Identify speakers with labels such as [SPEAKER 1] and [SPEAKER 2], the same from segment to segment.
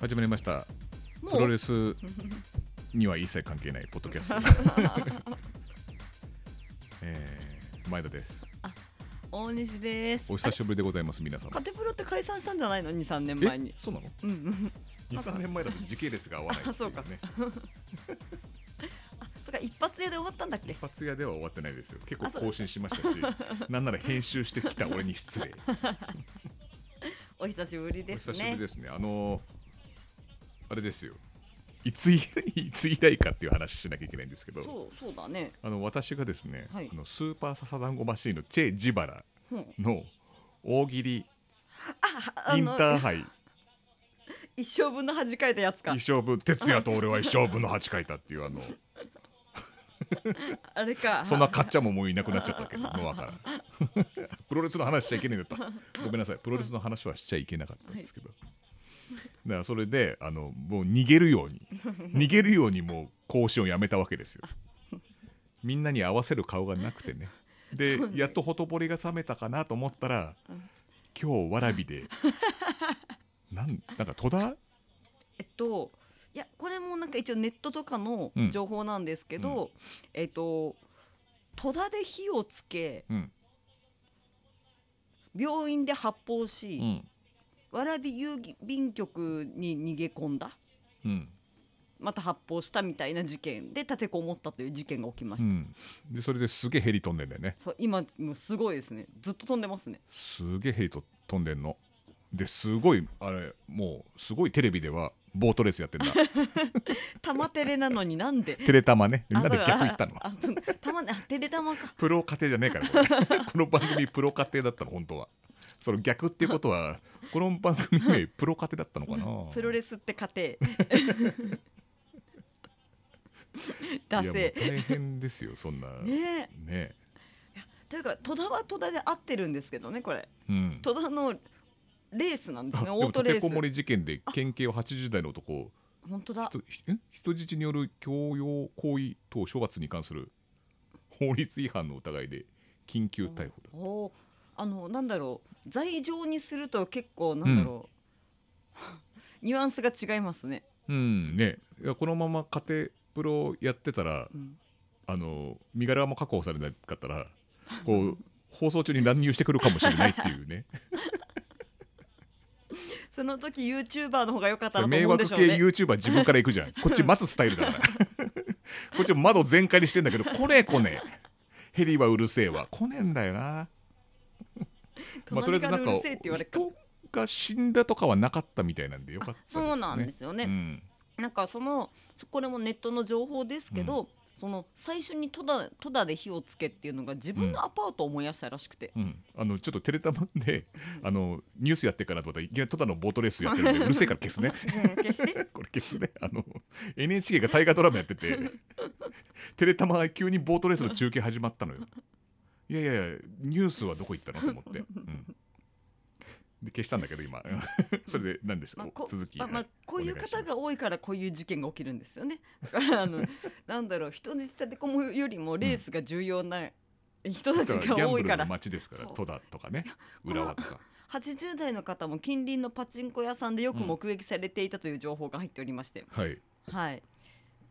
[SPEAKER 1] 始まりました
[SPEAKER 2] も
[SPEAKER 1] プロレ
[SPEAKER 2] う
[SPEAKER 1] スには一切関係ないポッドキャス ト、えー前田です
[SPEAKER 2] 大西です
[SPEAKER 1] お久しぶりでございます皆
[SPEAKER 2] あれ
[SPEAKER 1] 様
[SPEAKER 2] カテプロって解散したんじゃないの2、3年前
[SPEAKER 1] え
[SPEAKER 2] に
[SPEAKER 1] そうなの
[SPEAKER 2] うんうん
[SPEAKER 1] 二三年前だと時系列が合わないってい
[SPEAKER 2] あそうか
[SPEAKER 1] ね
[SPEAKER 2] あそっか一発屋で終わったんだっけ
[SPEAKER 1] 一発屋では終わってないですよ結構
[SPEAKER 2] あそうで
[SPEAKER 1] 更新しました しなんなら編集してきた俺に失礼
[SPEAKER 2] お久しぶり
[SPEAKER 1] お
[SPEAKER 2] です
[SPEAKER 1] 久しぶ
[SPEAKER 2] ね
[SPEAKER 1] りですねあのーあれですよい つ以いつ以来かっていう話しなきゃいけないんですけど
[SPEAKER 2] そうそうだね
[SPEAKER 1] あの私がですね、
[SPEAKER 2] はい
[SPEAKER 1] あのスーパーササダンゴマシーンのチェ・ジバラ
[SPEAKER 2] うん
[SPEAKER 1] の大喜利
[SPEAKER 2] ああ
[SPEAKER 1] イン
[SPEAKER 2] の
[SPEAKER 1] ターハイ
[SPEAKER 2] 一生分の恥かいたやつか
[SPEAKER 1] 一生分哲也と俺は一生分の8書いたっていうあの
[SPEAKER 2] あれか
[SPEAKER 1] そんなかっちゃんももういなくなっちゃったけどノアから プロレスの話しちゃいけな いんだったごめんなさいプロレスの話はしちゃいけなかったんですけど、だからそれであのもう逃げるように逃げるようにもう更新をやめたわけですよみんなに合わせる顔がなくてねで
[SPEAKER 2] そうね
[SPEAKER 1] やっとほとぼりが冷めたかなと思ったら
[SPEAKER 2] うん
[SPEAKER 1] 今日わらびでなんなんか戸田
[SPEAKER 2] えっといやこれもなんか一応ネットとかの
[SPEAKER 1] うん
[SPEAKER 2] 情報なんですけど、えっと戸田で火をつけ、
[SPEAKER 1] うん
[SPEAKER 2] 病院で発砲し、
[SPEAKER 1] ん
[SPEAKER 2] 蕨郵便局に逃げ込んだ
[SPEAKER 1] うん
[SPEAKER 2] また発砲したみたいな事件で立てこもったという事件が起きました、
[SPEAKER 1] うん、でそれですげえヘリ飛んでんだよね
[SPEAKER 2] そう今もうすごいですねずっと飛んでますね
[SPEAKER 1] すげえヘリと飛んでんのですごいあれもうすごいテレビではボートレース やってんだ
[SPEAKER 2] 玉テレなのに なんで
[SPEAKER 1] テレタマねみんなで
[SPEAKER 2] あそう
[SPEAKER 1] 逆行ったの
[SPEAKER 2] ああそうたまねあテレ玉か
[SPEAKER 1] プロ家庭じゃねえからこれ この番組プロ家庭だったの本当はその逆っていうことはこの番組 名プロ家庭だったのかな
[SPEAKER 2] プロレ
[SPEAKER 1] ス
[SPEAKER 2] スって家 庭
[SPEAKER 1] だ
[SPEAKER 2] ダセ
[SPEAKER 1] 大変ですよそんな
[SPEAKER 2] えねえ
[SPEAKER 1] ね
[SPEAKER 2] というか戸田は戸田で合ってるんですけどねこれ
[SPEAKER 1] うん
[SPEAKER 2] 戸田のレースなんで
[SPEAKER 1] あ
[SPEAKER 2] す
[SPEAKER 1] で
[SPEAKER 2] ね
[SPEAKER 1] も
[SPEAKER 2] オートレー
[SPEAKER 1] 立てこも
[SPEAKER 2] ス
[SPEAKER 1] り事件で県警は80代の男
[SPEAKER 2] 本当だ
[SPEAKER 1] 人え人質による強要行為等処罰に関する法律違反の疑いで緊急逮捕だ
[SPEAKER 2] おおあのなんだろう罪状にすると結構なんだろう、 ニュアンスが違いますね、
[SPEAKER 1] うんねいやこのまま家庭プロやってたら
[SPEAKER 2] うん
[SPEAKER 1] あの身柄も確保されなかったらこう放送中に乱入してくるかもしれないってい うね
[SPEAKER 2] その時 YouTuber の方が良かったなと
[SPEAKER 1] 迷
[SPEAKER 2] 思うんで
[SPEAKER 1] 惑
[SPEAKER 2] し
[SPEAKER 1] 系
[SPEAKER 2] ょうね
[SPEAKER 1] YouTuber 自分から行くじゃんこっち待つスタイルだからこっち窓全開にしてんだけど来ねえ来ねえヘリはうるせえわ来ねえんだよな
[SPEAKER 2] 隣からうるせえって言われるから
[SPEAKER 1] 人が死んだとかはなかったみたいなんでよかった
[SPEAKER 2] あ
[SPEAKER 1] ですね
[SPEAKER 2] そうなんですよね、
[SPEAKER 1] うん
[SPEAKER 2] なんかそのそこれもネットの情報ですけど、その最初に戸田戸田で火をつけっていうのが自分のアパートを燃やしたらしくて、
[SPEAKER 1] うん、あのちょっとテレタマであのニュースやってからと思ったらいきなりトタのボートレースやってるんでうるせえから消 すね
[SPEAKER 2] うん決 して
[SPEAKER 1] これ消すねあの NHK が大河ドラマやってて テレタマが急にボートレースの中継始まったのよいやいやいやニュースはどこ行ったのと思って、うん、で消したんだけど今 それで何ですか、
[SPEAKER 2] まあ、こ
[SPEAKER 1] 続き、
[SPEAKER 2] まあまあ、こういう
[SPEAKER 1] お願
[SPEAKER 2] 方
[SPEAKER 1] いします
[SPEAKER 2] が多いからこういう事件が起きるんですよね。 だからあのなんだろう人質立てこもりよりもレースが重要な人たち
[SPEAKER 1] だからギ
[SPEAKER 2] が
[SPEAKER 1] ャン
[SPEAKER 2] 多
[SPEAKER 1] ブ
[SPEAKER 2] い
[SPEAKER 1] ル
[SPEAKER 2] か
[SPEAKER 1] の
[SPEAKER 2] ら
[SPEAKER 1] 街ですから
[SPEAKER 2] そう
[SPEAKER 1] 戸田とかね
[SPEAKER 2] こ
[SPEAKER 1] 浦
[SPEAKER 2] の
[SPEAKER 1] 和とか
[SPEAKER 2] 80代の方も近隣のパチンコ屋さんでよく目撃されていたという情報が入っておりまして、
[SPEAKER 1] はい
[SPEAKER 2] はい、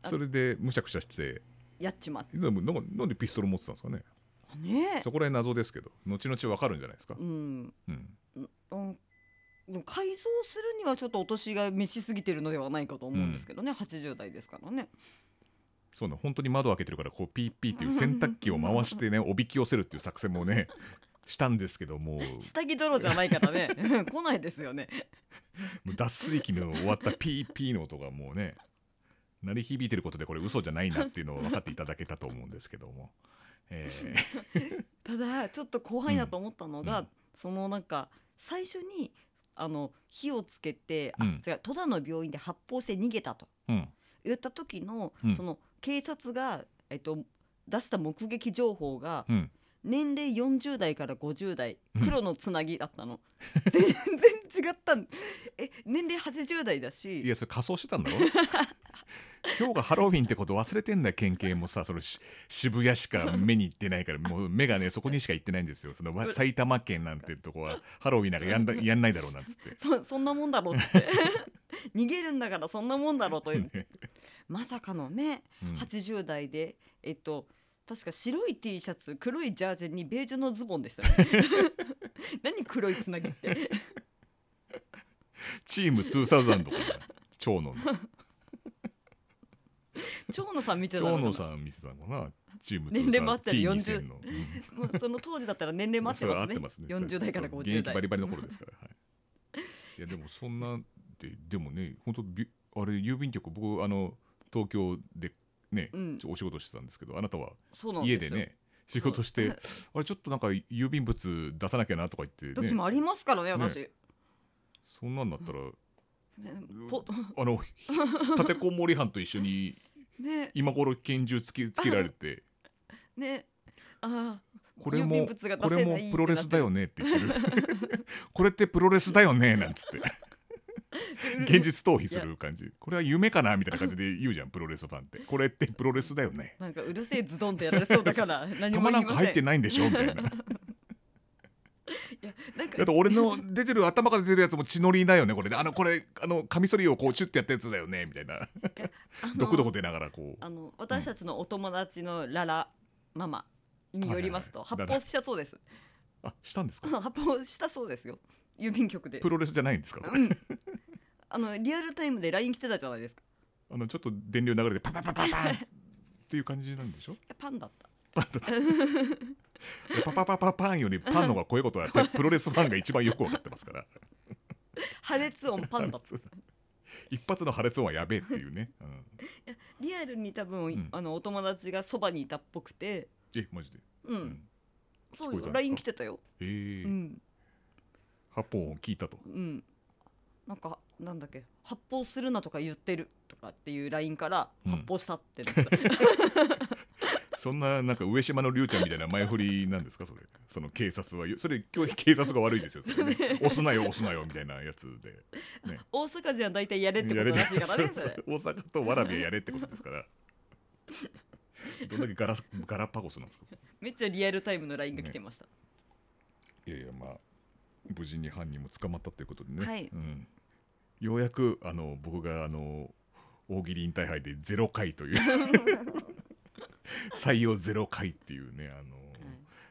[SPEAKER 2] あ
[SPEAKER 1] それでむしゃくしゃして
[SPEAKER 2] やっちまっ
[SPEAKER 1] でもなんかなんでピストル持ってたんですかね
[SPEAKER 2] たね。
[SPEAKER 1] そこら辺謎ですけど後々わかるんじゃないですか、
[SPEAKER 2] うん
[SPEAKER 1] うん、
[SPEAKER 2] うん、でも改造するにはちょっとお年が召しすぎてるのではないかと思うんですけどね、80代ですからね
[SPEAKER 1] そうね本当に窓開けてるからこうピーピーっていう洗濯機を回してねおびき寄せるっていう作戦もね したんですけどもう
[SPEAKER 2] 下着泥じゃないから ね来ないですよね
[SPEAKER 1] もう脱水機の終わったピーピーの音がもうね鳴り響いてることでこれ嘘じゃないなっていうのを分かっていただけたと思うんですけども、えー
[SPEAKER 2] ただちょっと怖いなと思ったのが、
[SPEAKER 1] うん
[SPEAKER 2] そのなんか最初にあの火をつけて、
[SPEAKER 1] うん
[SPEAKER 2] あ違う戸田の病院で発砲して逃げたと
[SPEAKER 1] うん
[SPEAKER 2] 言った時の、
[SPEAKER 1] うん
[SPEAKER 2] その警察が、えっと、出した目撃情報が、
[SPEAKER 1] うん
[SPEAKER 2] 年齢40代から50代
[SPEAKER 1] うん
[SPEAKER 2] 黒のつなぎだったの、全然違ったんえ年齢80代だ
[SPEAKER 1] い
[SPEAKER 2] し
[SPEAKER 1] やそれ仮装してたんだ ろ今日がハロウィンってこと忘れてんだ県警もさそのし渋谷しか目に行ってないからもう目がねそこにしか行ってないんですよそのわ埼玉県なんてとこはハロウィンなんかやんだやんないだろうなんつって
[SPEAKER 2] そそんなもんだろうって 逃げるんだからそんなもんだろうという、
[SPEAKER 1] ね
[SPEAKER 2] まさかのね
[SPEAKER 1] うん
[SPEAKER 2] 80代でえっと確か白い T シャツ黒いジャージにベージュのズボンでしたよ ね何黒いつなぎって
[SPEAKER 1] チーム2000とかね 長野の
[SPEAKER 2] 長野さん見てたの
[SPEAKER 1] 長
[SPEAKER 2] かな
[SPEAKER 1] 野さん見てたのかなチーム
[SPEAKER 2] 年齢もあったら
[SPEAKER 1] T2000
[SPEAKER 2] 40
[SPEAKER 1] の、うん
[SPEAKER 2] もうその当時だったら年齢待って
[SPEAKER 1] そ
[SPEAKER 2] ます
[SPEAKER 1] う合って
[SPEAKER 2] ね
[SPEAKER 1] ますね
[SPEAKER 2] 40代から
[SPEAKER 1] そう
[SPEAKER 2] 50
[SPEAKER 1] 現役
[SPEAKER 2] 代
[SPEAKER 1] バリバリの頃ですから、 はい、いやでもそんなででもね本当びあれ郵便局僕あの東京でね、
[SPEAKER 2] うん
[SPEAKER 1] ちょお仕事してたんですけどあなたは
[SPEAKER 2] そうなん
[SPEAKER 1] 家
[SPEAKER 2] です
[SPEAKER 1] で
[SPEAKER 2] よ
[SPEAKER 1] ね仕事して
[SPEAKER 2] そう
[SPEAKER 1] あれちょっとなんか郵便物出さなきゃなとか言って、
[SPEAKER 2] 時も
[SPEAKER 1] ね、
[SPEAKER 2] ありますからね私
[SPEAKER 1] そんなんだったら、
[SPEAKER 2] ねポ
[SPEAKER 1] あの立てこもり犯と一緒に
[SPEAKER 2] ね
[SPEAKER 1] 今頃拳銃つけつけられて
[SPEAKER 2] ねあ
[SPEAKER 1] これ
[SPEAKER 2] 郵便
[SPEAKER 1] も
[SPEAKER 2] 物が出
[SPEAKER 1] こ
[SPEAKER 2] せな
[SPEAKER 1] れ
[SPEAKER 2] い
[SPEAKER 1] もプロレスだよねって言ってる これってプロレスだよねなんつ って
[SPEAKER 2] ー
[SPEAKER 1] 現実逃避する感じこれは夢かなみたいな感じで言うじゃんプロレスファンってこれってプロレスだよね
[SPEAKER 2] なんかうるせえズドンってやられそうだから 何も言
[SPEAKER 1] 玉ないん
[SPEAKER 2] ま
[SPEAKER 1] か
[SPEAKER 2] せん
[SPEAKER 1] 入ってないんでしょみたいない
[SPEAKER 2] やなんか
[SPEAKER 1] あと俺の出てる頭から出てるやつも血のりだよねこれあのこれあのカミソリをこうチュッてやったやつだよねみたいな
[SPEAKER 2] あの
[SPEAKER 1] どこどこ出ながらこう
[SPEAKER 2] あの私たちのお友達のララママによりますと
[SPEAKER 1] はいはい
[SPEAKER 2] 発
[SPEAKER 1] はい
[SPEAKER 2] 砲したそうです
[SPEAKER 1] あしたんですか
[SPEAKER 2] 発砲したそうですよ郵便局で
[SPEAKER 1] プロレスじゃないんですかこれ
[SPEAKER 2] あのリアルタイムで LINE 来てたじゃないですか
[SPEAKER 1] あのちょっと電流流れてパパパパパンっていう感じなんでしょ
[SPEAKER 2] いやパンだった
[SPEAKER 1] でパパパパパンよりパンの方が濃いことをやってプロレスファンが一番よく分かってますから
[SPEAKER 2] 破裂音パン だった
[SPEAKER 1] 一発の破裂音はやべえっていうね、うん、
[SPEAKER 2] リアルに多分、
[SPEAKER 1] ん
[SPEAKER 2] あのお友達がそばにいたっぽくて
[SPEAKER 1] えマジで
[SPEAKER 2] うん、
[SPEAKER 1] ん
[SPEAKER 2] そう
[SPEAKER 1] 聞こえたんです
[SPEAKER 2] よ
[SPEAKER 1] か
[SPEAKER 2] LINE 来てたよ
[SPEAKER 1] え
[SPEAKER 2] う
[SPEAKER 1] ー
[SPEAKER 2] ん
[SPEAKER 1] 発砲音聞いたと
[SPEAKER 2] うんなんかなんだっけ発砲するなとか言ってるとかっていう LINE から
[SPEAKER 1] うん
[SPEAKER 2] 発砲したってな った、
[SPEAKER 1] そんななんか上島の龍ちゃんみたいな前振りなんですかそれその警察はそれ今日警察が悪いですよそ れ、ね、押すなよ押すなよみたいなやつで
[SPEAKER 2] 大阪人は大体やれってことらしいからね
[SPEAKER 1] やれて
[SPEAKER 2] それ
[SPEAKER 1] そうそう大阪とわらびはやれってことで すからどんだけガラスガラパゴスなんですか
[SPEAKER 2] めっちゃリアルタイムの LINE が来てました、
[SPEAKER 1] いやいやまあ無事に犯人も捕まったということでね、
[SPEAKER 2] はい
[SPEAKER 1] うん、ようやくあの僕があの大喜利インターハイでゼロ回 という採用ゼロ回っていうねあの、
[SPEAKER 2] はい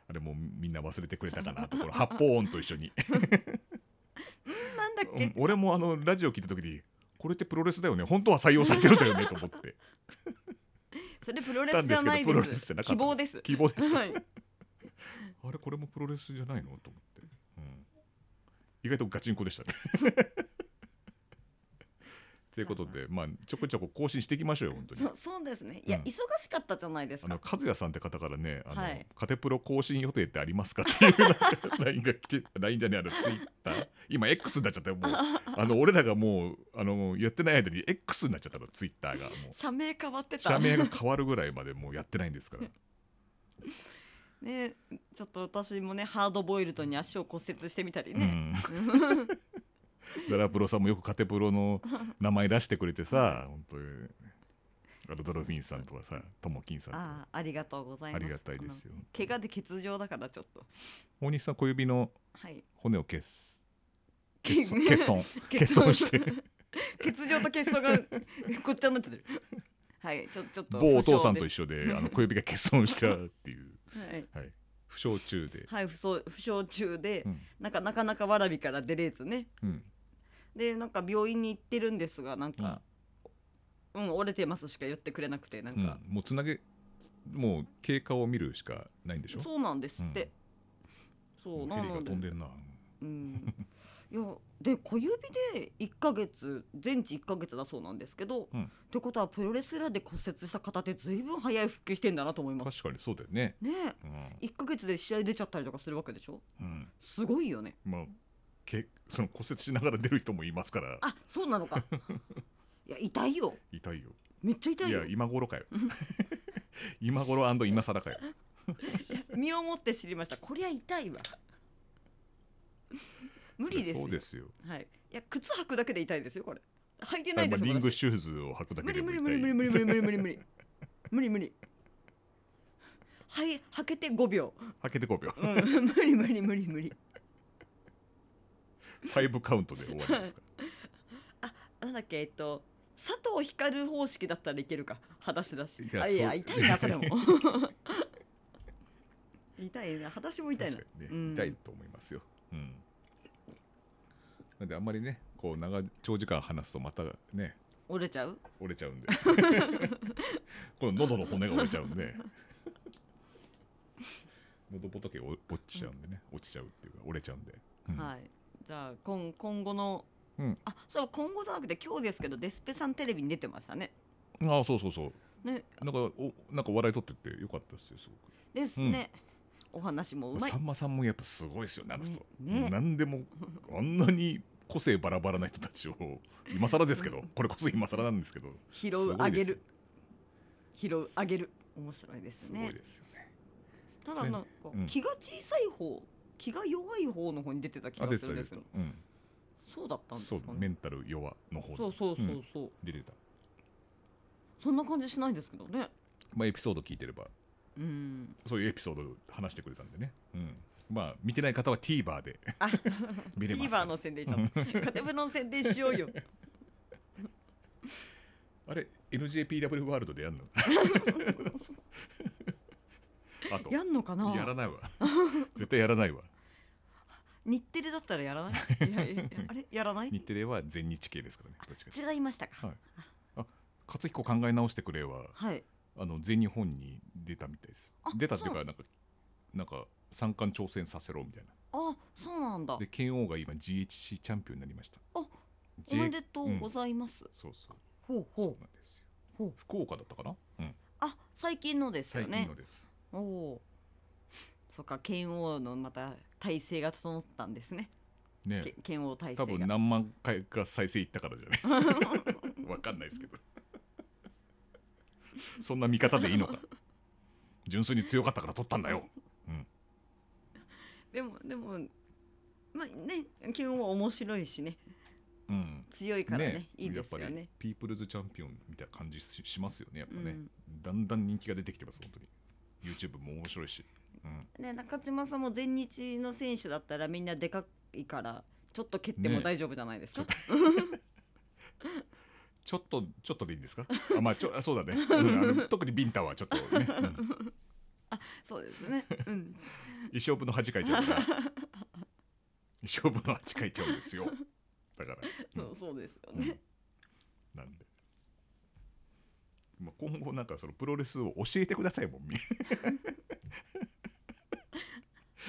[SPEAKER 1] あれもうみんな忘れてくれたかなとこ ろ発砲音と一緒に
[SPEAKER 2] なんだっ
[SPEAKER 1] う
[SPEAKER 2] け
[SPEAKER 1] ん俺もあのラジオ聞いた時にこれってプロレスだよね本当は採用されてるんだ よねと思って
[SPEAKER 2] それプロレ
[SPEAKER 1] た
[SPEAKER 2] スじ
[SPEAKER 1] んで
[SPEAKER 2] ゃ
[SPEAKER 1] すけど
[SPEAKER 2] ない
[SPEAKER 1] プ
[SPEAKER 2] で
[SPEAKER 1] ロ
[SPEAKER 2] す
[SPEAKER 1] レスじゃなかった
[SPEAKER 2] 希望です
[SPEAKER 1] 希望でした
[SPEAKER 2] はい
[SPEAKER 1] あれこれもプロレスじゃないのと思って、うん、意外とガチンコでしたね。 ということで、まあ、ちょこちょこ更新していきましょうよ本当に
[SPEAKER 2] そ。そうですねいや、
[SPEAKER 1] うん
[SPEAKER 2] 忙しかったじゃないです
[SPEAKER 1] あ
[SPEAKER 2] か
[SPEAKER 1] の和也さんって方からね、あの、
[SPEAKER 2] はい
[SPEAKER 1] カテプロ更新予定ってありますかっていうなんか LINE が来て、LINE じゃねえ、あのツイッター、今 X になっちゃったよ、もう、あの俺らがもう、あのやってない間に X になっちゃったの、ツイッターが、もう、
[SPEAKER 2] 社名変わってた
[SPEAKER 1] 社名が変わるぐらいまでもうやってないんです から、
[SPEAKER 2] ねちょっと私もねハードボイルドに足を骨折してみたりね、
[SPEAKER 1] うん、ドラプロさんもよくカテプロの 名前出してくれてさ本当にあとドルフィンさんとかさともきんさんと
[SPEAKER 2] あ
[SPEAKER 1] か
[SPEAKER 2] あありがとうござい
[SPEAKER 1] あ
[SPEAKER 2] ます
[SPEAKER 1] りがたいですよ
[SPEAKER 2] あの怪我で欠場だからちょっと
[SPEAKER 1] 大西さん小指の
[SPEAKER 2] はい
[SPEAKER 1] 骨を欠欠
[SPEAKER 2] 欠
[SPEAKER 1] 損欠損欠
[SPEAKER 2] 欠損
[SPEAKER 1] 損して
[SPEAKER 2] 欠場と欠損が ごっちゃになっちゃってるはいちょちょっと
[SPEAKER 1] 某お父さんと一
[SPEAKER 2] 緒
[SPEAKER 1] 緒であの小指が欠損したっていう、
[SPEAKER 2] はい、
[SPEAKER 1] はい、負傷中 で、
[SPEAKER 2] はい、負傷負傷中で、
[SPEAKER 1] うん
[SPEAKER 2] なんかなかなかわらびから出れずね
[SPEAKER 1] うん
[SPEAKER 2] でなんか病院に行ってるんですがなん
[SPEAKER 1] うん
[SPEAKER 2] か、うん、折れてますしか言ってくれなくてなん
[SPEAKER 1] うん
[SPEAKER 2] か、
[SPEAKER 1] もうつなげもう経過を見るしかないんでしょ
[SPEAKER 2] そうなんですって、そううんな
[SPEAKER 1] ヘリが
[SPEAKER 2] の
[SPEAKER 1] 飛ん
[SPEAKER 2] で
[SPEAKER 1] でんな
[SPEAKER 2] うん、いやで小指で1ヶ月全治1ヶ月だそうなんですけど、
[SPEAKER 1] うん
[SPEAKER 2] ってことはプロレスラーで骨折した方ってずいぶん早い復帰してんだなと思います
[SPEAKER 1] 確かにそうだよね、
[SPEAKER 2] ね
[SPEAKER 1] うん
[SPEAKER 2] え1ヶ月で試合出ちゃったりとかするわけでしょ
[SPEAKER 1] うん、
[SPEAKER 2] すごいよね
[SPEAKER 1] まあ、けその骨折しながら出る人もいますから
[SPEAKER 2] あそうなのか いや痛いよ
[SPEAKER 1] 痛いよ
[SPEAKER 2] めっちゃ痛い
[SPEAKER 1] い
[SPEAKER 2] よ
[SPEAKER 1] や今頃 かよ今頃今更かよ
[SPEAKER 2] 身をもって知りましたこりゃ痛いわ無理ですよ
[SPEAKER 1] そうですよ
[SPEAKER 2] はい、いや靴履くだけで痛いですよこれ履いてな
[SPEAKER 1] あ
[SPEAKER 2] い
[SPEAKER 1] ま
[SPEAKER 2] です
[SPEAKER 1] あリング
[SPEAKER 2] 私
[SPEAKER 1] シューズを履くだ
[SPEAKER 2] 無
[SPEAKER 1] け
[SPEAKER 2] 理
[SPEAKER 1] でも
[SPEAKER 2] 無
[SPEAKER 1] 痛
[SPEAKER 2] 理
[SPEAKER 1] い
[SPEAKER 2] 無理無理無理無理無理無理無理無理無理はい履けて5秒、
[SPEAKER 1] 履けて5秒、
[SPEAKER 2] うん無理無理無理無理
[SPEAKER 1] ファイブカウントで終わりですか
[SPEAKER 2] なんだっけえっと佐藤光方式だったらいけるか裸足だし
[SPEAKER 1] いや
[SPEAKER 2] あいや
[SPEAKER 1] そう
[SPEAKER 2] 痛いなそれ も痛いな裸足も痛いな
[SPEAKER 1] 確かにね、
[SPEAKER 2] うん
[SPEAKER 1] 痛いと思いますよ、うん、なんであんまりねこう長長時間話すとまたね
[SPEAKER 2] 折れちゃう
[SPEAKER 1] 折れちゃうんで この喉の骨が折れちゃうん で喉仏お落ちちゃうんでね、落ちちゃうっていうか折れちゃうんで、うん
[SPEAKER 2] はい。じゃあ今今後の、
[SPEAKER 1] うん
[SPEAKER 2] あそう今後じゃなくて今日ですけどデスペさんテレビに出てましたね。
[SPEAKER 1] ああそうそうそう
[SPEAKER 2] ね
[SPEAKER 1] なんかおなんか笑い取っててよかったですよすごく
[SPEAKER 2] ですね。お話もうまい
[SPEAKER 1] さ。んまさんもやっぱすごいですよねあの人、
[SPEAKER 2] ねね
[SPEAKER 1] 何でもあんなに個性バラバラな人たちを今更です けどこれこそ今更なんですけど
[SPEAKER 2] 拾
[SPEAKER 1] す
[SPEAKER 2] う
[SPEAKER 1] ご
[SPEAKER 2] あ
[SPEAKER 1] いで
[SPEAKER 2] げ
[SPEAKER 1] すよ
[SPEAKER 2] る拾うあげる面白いです
[SPEAKER 1] すごい
[SPEAKER 2] ね。
[SPEAKER 1] ですよね
[SPEAKER 2] ただなんか、
[SPEAKER 1] うん
[SPEAKER 2] 気が小さい方気が弱い方の方に出てた気
[SPEAKER 1] あ
[SPEAKER 2] が
[SPEAKER 1] 出
[SPEAKER 2] す
[SPEAKER 1] て
[SPEAKER 2] る
[SPEAKER 1] た
[SPEAKER 2] んで
[SPEAKER 1] 出
[SPEAKER 2] す
[SPEAKER 1] て
[SPEAKER 2] よ
[SPEAKER 1] た、。うん、
[SPEAKER 2] そうだったんです
[SPEAKER 1] そ
[SPEAKER 2] か
[SPEAKER 1] うメ
[SPEAKER 2] ね。
[SPEAKER 1] ンタル弱の方
[SPEAKER 2] そうそうそうそうそう。
[SPEAKER 1] 出てた、
[SPEAKER 2] そんな感じしないですけどね。
[SPEAKER 1] まあ、エピソード聞いてれば
[SPEAKER 2] うん。
[SPEAKER 1] そういうエピソードを話してくれたんでね、うん、まあ見てない方は TVer で
[SPEAKER 2] あ、
[SPEAKER 1] 見れますか
[SPEAKER 2] TVer
[SPEAKER 1] ら
[SPEAKER 2] の宣伝ちゃった。カテブの宣伝しようよ。
[SPEAKER 1] あれ NJPW ワールドでやるの あと
[SPEAKER 2] やんのかな。
[SPEAKER 1] や らないわ絶対やらないわ
[SPEAKER 2] 日テレだったらやらない いやいやあれやらない
[SPEAKER 1] 日テレは全日系ですからねどっちかって
[SPEAKER 2] 違いましたか
[SPEAKER 1] はい勝彦考え直してくれは
[SPEAKER 2] はい
[SPEAKER 1] あの全日本に出たみたいです
[SPEAKER 2] あ
[SPEAKER 1] 出たっていう
[SPEAKER 2] そ
[SPEAKER 1] かなんかなんか三冠挑戦させろみたいな
[SPEAKER 2] あそうなんだ
[SPEAKER 1] で剣王が今 GHC チャンピオンになりました
[SPEAKER 2] あ
[SPEAKER 1] J-
[SPEAKER 2] おめでとうございます、
[SPEAKER 1] そうそう
[SPEAKER 2] ほう
[SPEAKER 1] そうなんですよ
[SPEAKER 2] ほう
[SPEAKER 1] 福岡だったかな、うん、
[SPEAKER 2] あ最近のです
[SPEAKER 1] 最
[SPEAKER 2] よね
[SPEAKER 1] 近のです、
[SPEAKER 2] おおーそっか剣王のまた体制が整ったんですね
[SPEAKER 1] ね
[SPEAKER 2] け剣王体
[SPEAKER 1] 多
[SPEAKER 2] 制
[SPEAKER 1] 分
[SPEAKER 2] が
[SPEAKER 1] 何万回か再生いったからじゃない わかんないですけど そんな見方でいいのか純粋に強かったから取ったんだよ
[SPEAKER 2] でもでもまあね剣王は面白いしね
[SPEAKER 1] うん
[SPEAKER 2] 強いからねいい
[SPEAKER 1] や
[SPEAKER 2] で
[SPEAKER 1] っ
[SPEAKER 2] す
[SPEAKER 1] ぱ
[SPEAKER 2] よ
[SPEAKER 1] り
[SPEAKER 2] ね
[SPEAKER 1] ピープルズチャンピオンみたいな感じししますよねやっぱね、
[SPEAKER 2] うん
[SPEAKER 1] だんだん人気が出てきてます本当に YouTube も面白いし、うん、
[SPEAKER 2] ね中島さんも全日の選手だったらみんなでかいからちょっと蹴っても
[SPEAKER 1] ね
[SPEAKER 2] 大丈夫じゃないですか、
[SPEAKER 1] ちょっとちょっとでいいんですかあまあちょあそうだね、うんあの特にビンタはちょっとね、うん
[SPEAKER 2] そうですね、うん、
[SPEAKER 1] 一生分の恥かいちゃうから一生分の恥かいちゃうんですよだから
[SPEAKER 2] そうそうですよ
[SPEAKER 1] うん
[SPEAKER 2] ね、
[SPEAKER 1] なんで、まあ、今後なんかそのプロレスを教えてくださいもんみ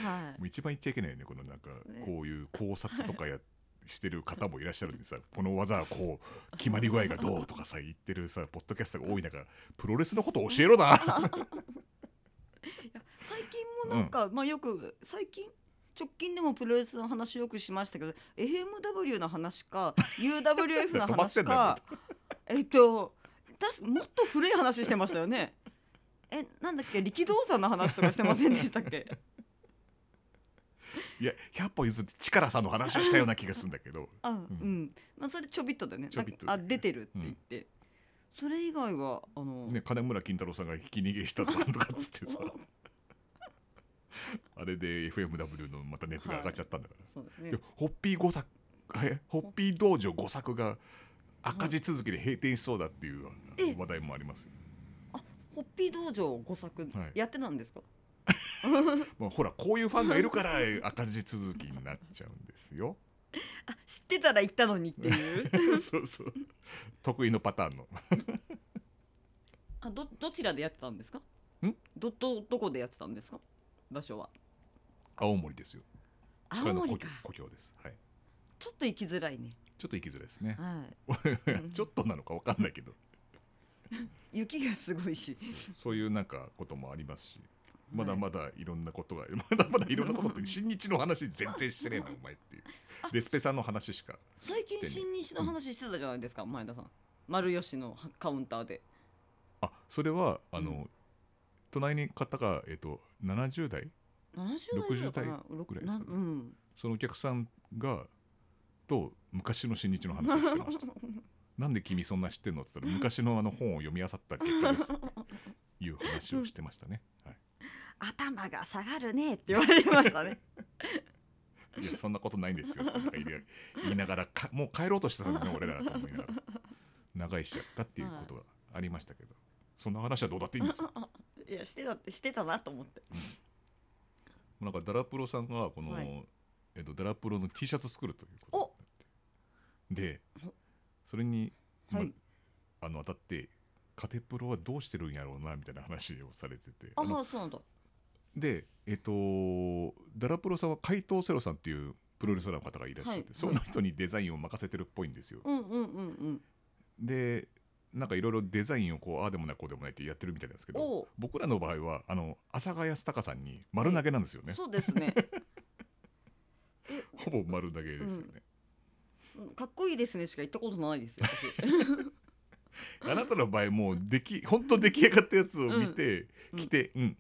[SPEAKER 2] はい
[SPEAKER 1] もう一番言っちゃいけないよねこのなんか
[SPEAKER 2] ね
[SPEAKER 1] こういう考察とかやしてる方もいらっしゃるんでさこの技はこう決まり具合がどうとかさ言ってるさポッドキャストが多い中プロレスのこと教え ろな
[SPEAKER 2] 最近もなんか、まあよく最近直近でもプロレスの話よくしましたけど FMW の話 か UWF の
[SPEAKER 1] 止まって
[SPEAKER 2] 話
[SPEAKER 1] んだ
[SPEAKER 2] かえっと確かもっと古い話してましたよねえなんだっけ力道山の話とかしてませんでしたっ け
[SPEAKER 1] いや100歩譲ってチカラさんの話をしたような気がするんだけど
[SPEAKER 2] あうん、
[SPEAKER 1] う
[SPEAKER 2] まあ、それちょびっとでね
[SPEAKER 1] ちょびっとで
[SPEAKER 2] なんかあ出てるって言って、それ以外はあの、
[SPEAKER 1] ね、金村金太郎さんがひき逃げしたとかなんとかっつってさあれで FMW のまた熱が上がっちゃったんだから、
[SPEAKER 2] そうですね
[SPEAKER 1] でホッピー5作えホッピー道場5作が赤字続きで閉店しそうだっていう
[SPEAKER 2] え
[SPEAKER 1] 話題もありますよ、
[SPEAKER 2] ホッピー道場5作
[SPEAKER 1] はい
[SPEAKER 2] やってたんです か、
[SPEAKER 1] まあ、ほらこういうファンがいる から赤字続きになっちゃうんですよ
[SPEAKER 2] あ知ってたら行ったのにっていう
[SPEAKER 1] そうそう得意のパターンの
[SPEAKER 2] あどどちらでやってたんですか
[SPEAKER 1] ん
[SPEAKER 2] どどどこでやってたんですか場所は
[SPEAKER 1] 青森ですよ
[SPEAKER 2] 青森か
[SPEAKER 1] 彼の故郷故郷です、はい、
[SPEAKER 2] ちょっと行きづらいね、
[SPEAKER 1] ちょっと行きづらいですね
[SPEAKER 2] はい、
[SPEAKER 1] ちょっとなのか分かんないけど
[SPEAKER 2] 雪がすごいし
[SPEAKER 1] そういうなんかこともありますし、まだまだいろんなことが、 まだまだいろんなことって、新日の話全然してねえな、お前 っていう。デスペさんの話しか。
[SPEAKER 2] 最近
[SPEAKER 1] してね
[SPEAKER 2] 新日の話してたじゃないですか前田さん丸吉のはカウンターで
[SPEAKER 1] あ、それは、あの、
[SPEAKER 2] う
[SPEAKER 1] 隣に方が、えっと、70代
[SPEAKER 2] 70代ぐらいかな
[SPEAKER 1] 60代ぐらいですかね
[SPEAKER 2] なうん
[SPEAKER 1] そのお客さんがと昔の新日の話をしてま したなんで君そんな知ってんのって言ったら昔のあの本を読み漁った結果ですっていう話をしてましたね、は
[SPEAKER 2] 頭が下がるねって言われましたね
[SPEAKER 1] い、いやそんなことないんですよとか言い言いながらかもう帰ろうとしてたんだね俺らと思いながら長居しちゃったっていうことがありましたけど、そんな話はどうだ っていい んですよ
[SPEAKER 2] いやしてたってしてたなと思って
[SPEAKER 1] なんかダラプロさんがこの、
[SPEAKER 2] はい
[SPEAKER 1] えっと、ダラプロの T シャツ作るということ
[SPEAKER 2] お
[SPEAKER 1] になってで
[SPEAKER 2] お
[SPEAKER 1] それに、ま
[SPEAKER 2] はい
[SPEAKER 1] あの当たってカテプロはどうしてるんやろうなみたいな話をされてて
[SPEAKER 2] あ
[SPEAKER 1] あの
[SPEAKER 2] あそうなんだ
[SPEAKER 1] でえっ、とダラプロさんは怪盗セロさんっていうプロレスラーの方がいらっしゃって、
[SPEAKER 2] はい
[SPEAKER 1] その人にデザインを任せてるっぽいんですよ。
[SPEAKER 2] うんうんうんうん
[SPEAKER 1] でなんかいろいろデザインをこうああでもないこうでもないってやってるみたいなんですけど
[SPEAKER 2] おう
[SPEAKER 1] 僕らの場合はあの阿佐ヶ谷孝さんに丸投げなんですよね
[SPEAKER 2] そうですね
[SPEAKER 1] ほぼ丸投げですよね。
[SPEAKER 2] うんかっこいいですねしか言ったことないですよ私
[SPEAKER 1] あなたの場合もうでき本当出来上がったやつを見て、
[SPEAKER 2] うん
[SPEAKER 1] 来てうん、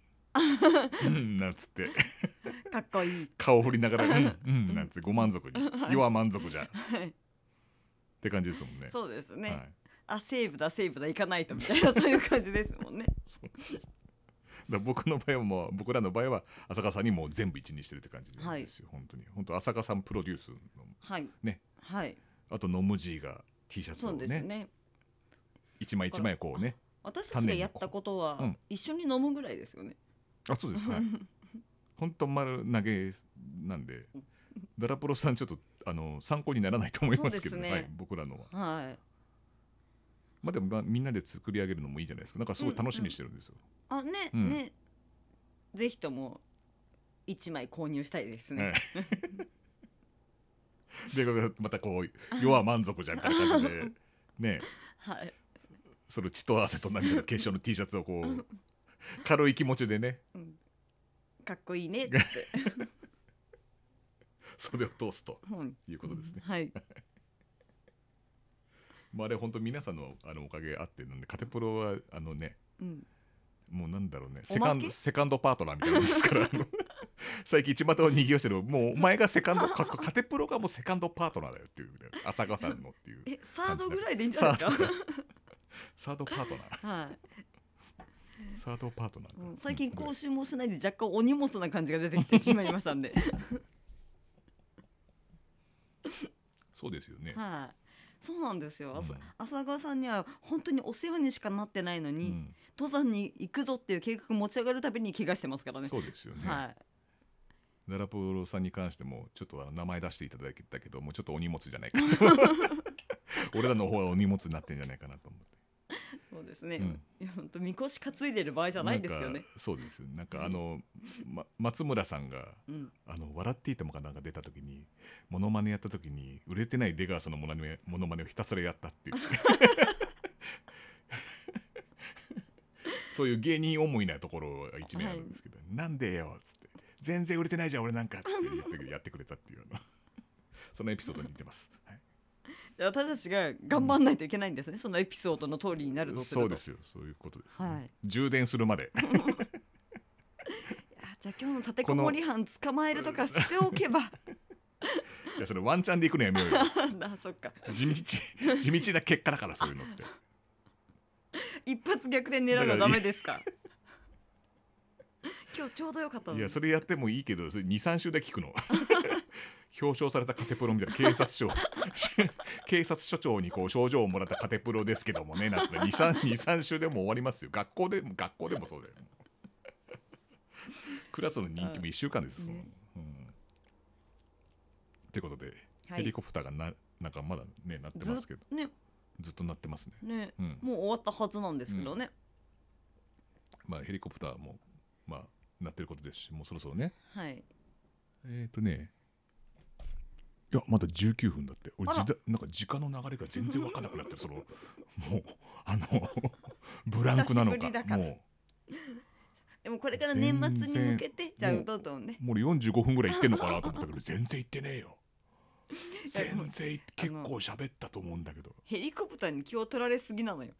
[SPEAKER 1] うん、なんつって
[SPEAKER 2] かっこいい
[SPEAKER 1] 顔振りながらうんうんなんつってご満足に
[SPEAKER 2] はい
[SPEAKER 1] 世は満足じゃっ
[SPEAKER 2] はい
[SPEAKER 1] て感じですもんね。
[SPEAKER 2] そうですね、
[SPEAKER 1] はい
[SPEAKER 2] あセーブだセーブだ行かないとみたい なそういう感じですもんね
[SPEAKER 1] そうですだから僕の場合はもう僕らの場合は浅川さんにもう全部一にしてるって感じなんですよ、本当に本当浅川さんプロデュースの
[SPEAKER 2] はい
[SPEAKER 1] ね
[SPEAKER 2] はい
[SPEAKER 1] あとノムジーが T シャツ
[SPEAKER 2] そ
[SPEAKER 1] を
[SPEAKER 2] うです
[SPEAKER 1] ね
[SPEAKER 2] ね
[SPEAKER 1] 一枚一枚こうね
[SPEAKER 2] 私たちがやったことは、
[SPEAKER 1] 種にこ
[SPEAKER 2] 一緒に飲むぐらいですよね。
[SPEAKER 1] あそうですはい本当丸投げなんでダラプロさんちょっとあの参考にならないと思いますけど、
[SPEAKER 2] そうですね
[SPEAKER 1] はい、僕らのは
[SPEAKER 2] はい。
[SPEAKER 1] まあでもまあみんなで作り上げるのもいいじゃないですかなんかすごい楽しみにしてるんですよ、
[SPEAKER 2] あね、
[SPEAKER 1] うん
[SPEAKER 2] ねぜひとも一枚購入したいです
[SPEAKER 1] は
[SPEAKER 2] ね。
[SPEAKER 1] いでまたこう世は満足じゃんみたいな感じ でね
[SPEAKER 2] はい。
[SPEAKER 1] その血と汗と涙の結晶の T シャツを こう軽い気持ちでね
[SPEAKER 2] うんかっこいいねって。
[SPEAKER 1] それを通すと
[SPEAKER 2] うん
[SPEAKER 1] いう ことですね、
[SPEAKER 2] はい。
[SPEAKER 1] まあ、あれ本当皆さんのあのおかげあってなんでカテプロはあのね
[SPEAKER 2] うん。
[SPEAKER 1] もうなんだろうね
[SPEAKER 2] お
[SPEAKER 1] セカ
[SPEAKER 2] ま
[SPEAKER 1] ン
[SPEAKER 2] け
[SPEAKER 1] ドセカンドパートナーみたいなもんです からあの最近巷を賑わしてるもうお前がセカンドかカテプロがもうセカンドパートナーだよっていう、ね、浅川さんのっていう
[SPEAKER 2] えサードぐらいでいいんじゃないですか。
[SPEAKER 1] サーサードパートナー
[SPEAKER 2] はい。
[SPEAKER 1] サードパートナーだ、
[SPEAKER 2] うん最近更新もしないで若干お荷物な感じが出てきてしまいましたんで。
[SPEAKER 1] そうですよね、
[SPEAKER 2] はい。そうなんですよ。
[SPEAKER 1] うん
[SPEAKER 2] 浅浅川さんには本当にお世話にしかなってないの
[SPEAKER 1] う
[SPEAKER 2] に、
[SPEAKER 1] ん
[SPEAKER 2] 登山に行くぞっていう計画持ち上がるたびに怪我してますからね。
[SPEAKER 1] そうですよね、
[SPEAKER 2] はい。
[SPEAKER 1] ダラプロさんに関してもちょっとあの名前出していただいたけどもうちょっとお荷物じゃな いかと俺らの方はお荷物になってんじゃないかなと思って
[SPEAKER 2] そうですね。
[SPEAKER 1] うん
[SPEAKER 2] いや本当みこし担いでる場合じゃないですよ
[SPEAKER 1] なん
[SPEAKER 2] ね
[SPEAKER 1] か。そうですよなんかあの、ま、松村さんが
[SPEAKER 2] うん。
[SPEAKER 1] あの「笑っていても」かなんか出た時にモノマネやった時に売れてない出川さんのモノマネモノマネをひたすらやったっていうそういう芸人思いなところは一面あるんですけど「なんでよ」っつって「全然売れてないじゃん俺なんか」っつって言ったけどやってくれたっていうあの そのエピソードに似てます、はい
[SPEAKER 2] で私たちが頑張んないといけないんですね。そのエピソードの通りになると
[SPEAKER 1] そうですすよそういうことです、
[SPEAKER 2] はい
[SPEAKER 1] 充電するまで
[SPEAKER 2] ると。いやじゃあ今日の立てこもり犯捕まえるとかしておけば。
[SPEAKER 1] いやそれワンチャンで行くのやめようよ
[SPEAKER 2] あそっか。
[SPEAKER 1] 地道地道な結果だからそういうのって
[SPEAKER 2] 一発逆転狙うのはダメです か。今日ちょうどよかったの
[SPEAKER 1] い
[SPEAKER 2] に。
[SPEAKER 1] やそれやってもいいけどそれ23週だけ聞くの 表彰されたカテプロみたいな警察署 警察署長にこう賞状をもらったカテプロですけどもねなんつって23週でも終わりますよ学校でも学校でもそうだよ クラスの人気も1週間ですよ、その
[SPEAKER 2] ね
[SPEAKER 1] うんってことで、
[SPEAKER 2] はい
[SPEAKER 1] ヘリコプターがななんかまだね鳴ってますけど
[SPEAKER 2] ずね
[SPEAKER 1] ずっと鳴ってますね、
[SPEAKER 2] ね、
[SPEAKER 1] うん
[SPEAKER 2] もう終わったはずなんですけどね。
[SPEAKER 1] まあ、ヘリコプターもまあ鳴ってることですしもうそろそろね
[SPEAKER 2] はい。
[SPEAKER 1] えっ、ー、とね、いや、まだ19分だって、俺
[SPEAKER 2] あら
[SPEAKER 1] 時代、なんか時間の流れが全然分からなくなってる、その、もう、あの、 ブランクなの
[SPEAKER 2] 久しぶ
[SPEAKER 1] か、
[SPEAKER 2] りだから
[SPEAKER 1] も
[SPEAKER 2] でもこれから年末に向けて
[SPEAKER 1] 全然
[SPEAKER 2] じゃあ
[SPEAKER 1] もう
[SPEAKER 2] どんどんね。
[SPEAKER 1] う、もう45分ぐらい行ってんのかなと思ったけど、全然行ってねえよ。
[SPEAKER 2] やもう
[SPEAKER 1] 全然い結構喋ったと思うんだけど、
[SPEAKER 2] ヘリコプターに気を取られすぎなのよ。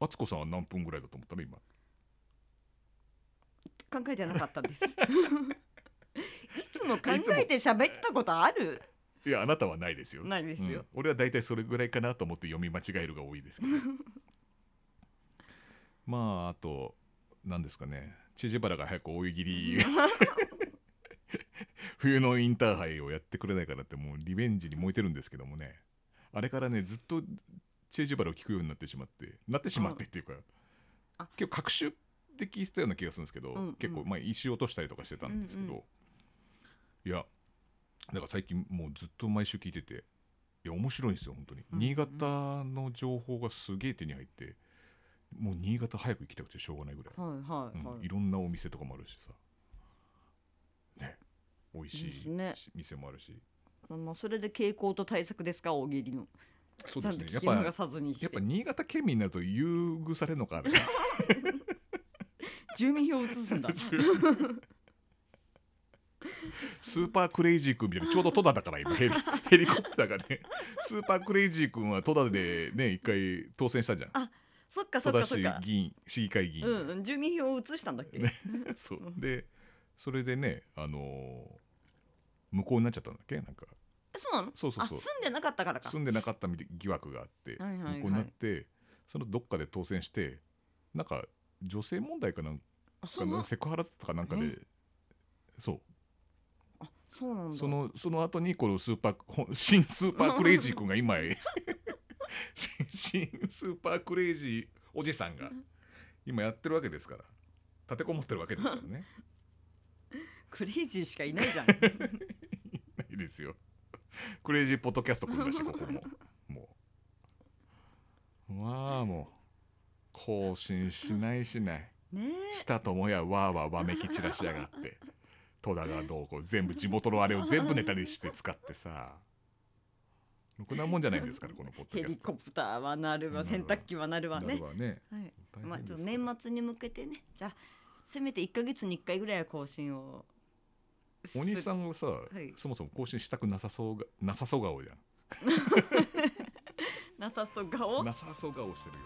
[SPEAKER 1] 敦子さんは何分ぐらいだと思ったの、今。
[SPEAKER 2] 考えてなかったです。つも考えて喋ってたことある
[SPEAKER 1] いやあなたはないですよ
[SPEAKER 2] ないですよ、
[SPEAKER 1] うん俺は大体それぐらいかなと思って読み間違えるが多 いですけどまああと何ですかね知事原が早く大湯切 り冬のインターハイをやってくれないからってもうリベンジに燃えてるんですけどもねあれからねずっと知事原を聞くようになってしまってなってしまってっていうか
[SPEAKER 2] あ
[SPEAKER 1] 結構隔週で聞いてたような気がするんですけど、
[SPEAKER 2] うんうん
[SPEAKER 1] 結構まあ石落としたりとかしてたんですけど、
[SPEAKER 2] うんうん
[SPEAKER 1] いやだから最近もうずっと毎週聞いてていや面白いんですよ本当に、
[SPEAKER 2] うんうん
[SPEAKER 1] 新潟の情報がすげえ手に入ってもう新潟早く行きたくてしょうがないぐらい、
[SPEAKER 2] はいはいはい、
[SPEAKER 1] うん、いろんなお店とかもあるしさね美味し
[SPEAKER 2] で
[SPEAKER 1] い
[SPEAKER 2] すね
[SPEAKER 1] し店もあるし
[SPEAKER 2] まあ、それで傾向と対策ですか大喜利の
[SPEAKER 1] そ
[SPEAKER 2] ち
[SPEAKER 1] うで
[SPEAKER 2] ゃ
[SPEAKER 1] す
[SPEAKER 2] んと
[SPEAKER 1] ね
[SPEAKER 2] 聞
[SPEAKER 1] やっ
[SPEAKER 2] き
[SPEAKER 1] ぱ
[SPEAKER 2] 逃さずにして
[SPEAKER 1] やっぱ新潟県民になると優遇されるのかあれ
[SPEAKER 2] 住民票を移すんだ
[SPEAKER 1] スーパークレイジー君みたいなちょうど戸田だから今 ヘリヘリコプターがねスーパークレイジー君は戸田でね一回当選したじゃん
[SPEAKER 2] そっかそ
[SPEAKER 1] 戸
[SPEAKER 2] っか
[SPEAKER 1] 田
[SPEAKER 2] そっ
[SPEAKER 1] 市
[SPEAKER 2] か
[SPEAKER 1] 議員市議会議員、
[SPEAKER 2] うんうん住民票を移したんだっけ、
[SPEAKER 1] ね そうでそれでねあのー無効になっちゃったんだっけなんか
[SPEAKER 2] えそうなの
[SPEAKER 1] そうそうそう
[SPEAKER 2] あ住んでなかったからか
[SPEAKER 1] 住んでなかったみたい疑惑があって、
[SPEAKER 2] はいはいはい
[SPEAKER 1] 無効になってそのどっかで当選してなんか女性問題かなん
[SPEAKER 2] あそ
[SPEAKER 1] か
[SPEAKER 2] うな
[SPEAKER 1] のセクハラとかなんかで
[SPEAKER 2] え
[SPEAKER 1] そう
[SPEAKER 2] あそうなんだ
[SPEAKER 1] そのその後にこのスーパーほん 新スーパークレイジー君が 今へ新新スーパークレイジーおじさんが今やってるわけですから立てこもってるわけですからね
[SPEAKER 2] クレイジーしかいないじゃん
[SPEAKER 1] いいですよクレイジーポッドキャスト君だしここももうまあもう更新しないしない
[SPEAKER 2] ね
[SPEAKER 1] したともやわーわーわめき散らしやがって戸田がどうこう全部地元のあれを全部ネタにして使ってさろくなもんじゃないんですからこのポッ
[SPEAKER 2] えヘ
[SPEAKER 1] ドキャ
[SPEAKER 2] リ
[SPEAKER 1] スト
[SPEAKER 2] コプターはなるわ
[SPEAKER 1] なる
[SPEAKER 2] 洗
[SPEAKER 1] わ
[SPEAKER 2] 濯機はなるわね
[SPEAKER 1] だからね
[SPEAKER 2] はい
[SPEAKER 1] 大変
[SPEAKER 2] まあ
[SPEAKER 1] です
[SPEAKER 2] ちょ
[SPEAKER 1] よ
[SPEAKER 2] っと年末に向けてねじゃあせめて一ヶ月に一回ぐらいは更新を
[SPEAKER 1] お兄さ
[SPEAKER 2] ん
[SPEAKER 1] んはさ、
[SPEAKER 2] い
[SPEAKER 1] そもそも更新したくなさそうがなさそう顔じゃ
[SPEAKER 2] なさそう顔
[SPEAKER 1] んなさそう顔してるよ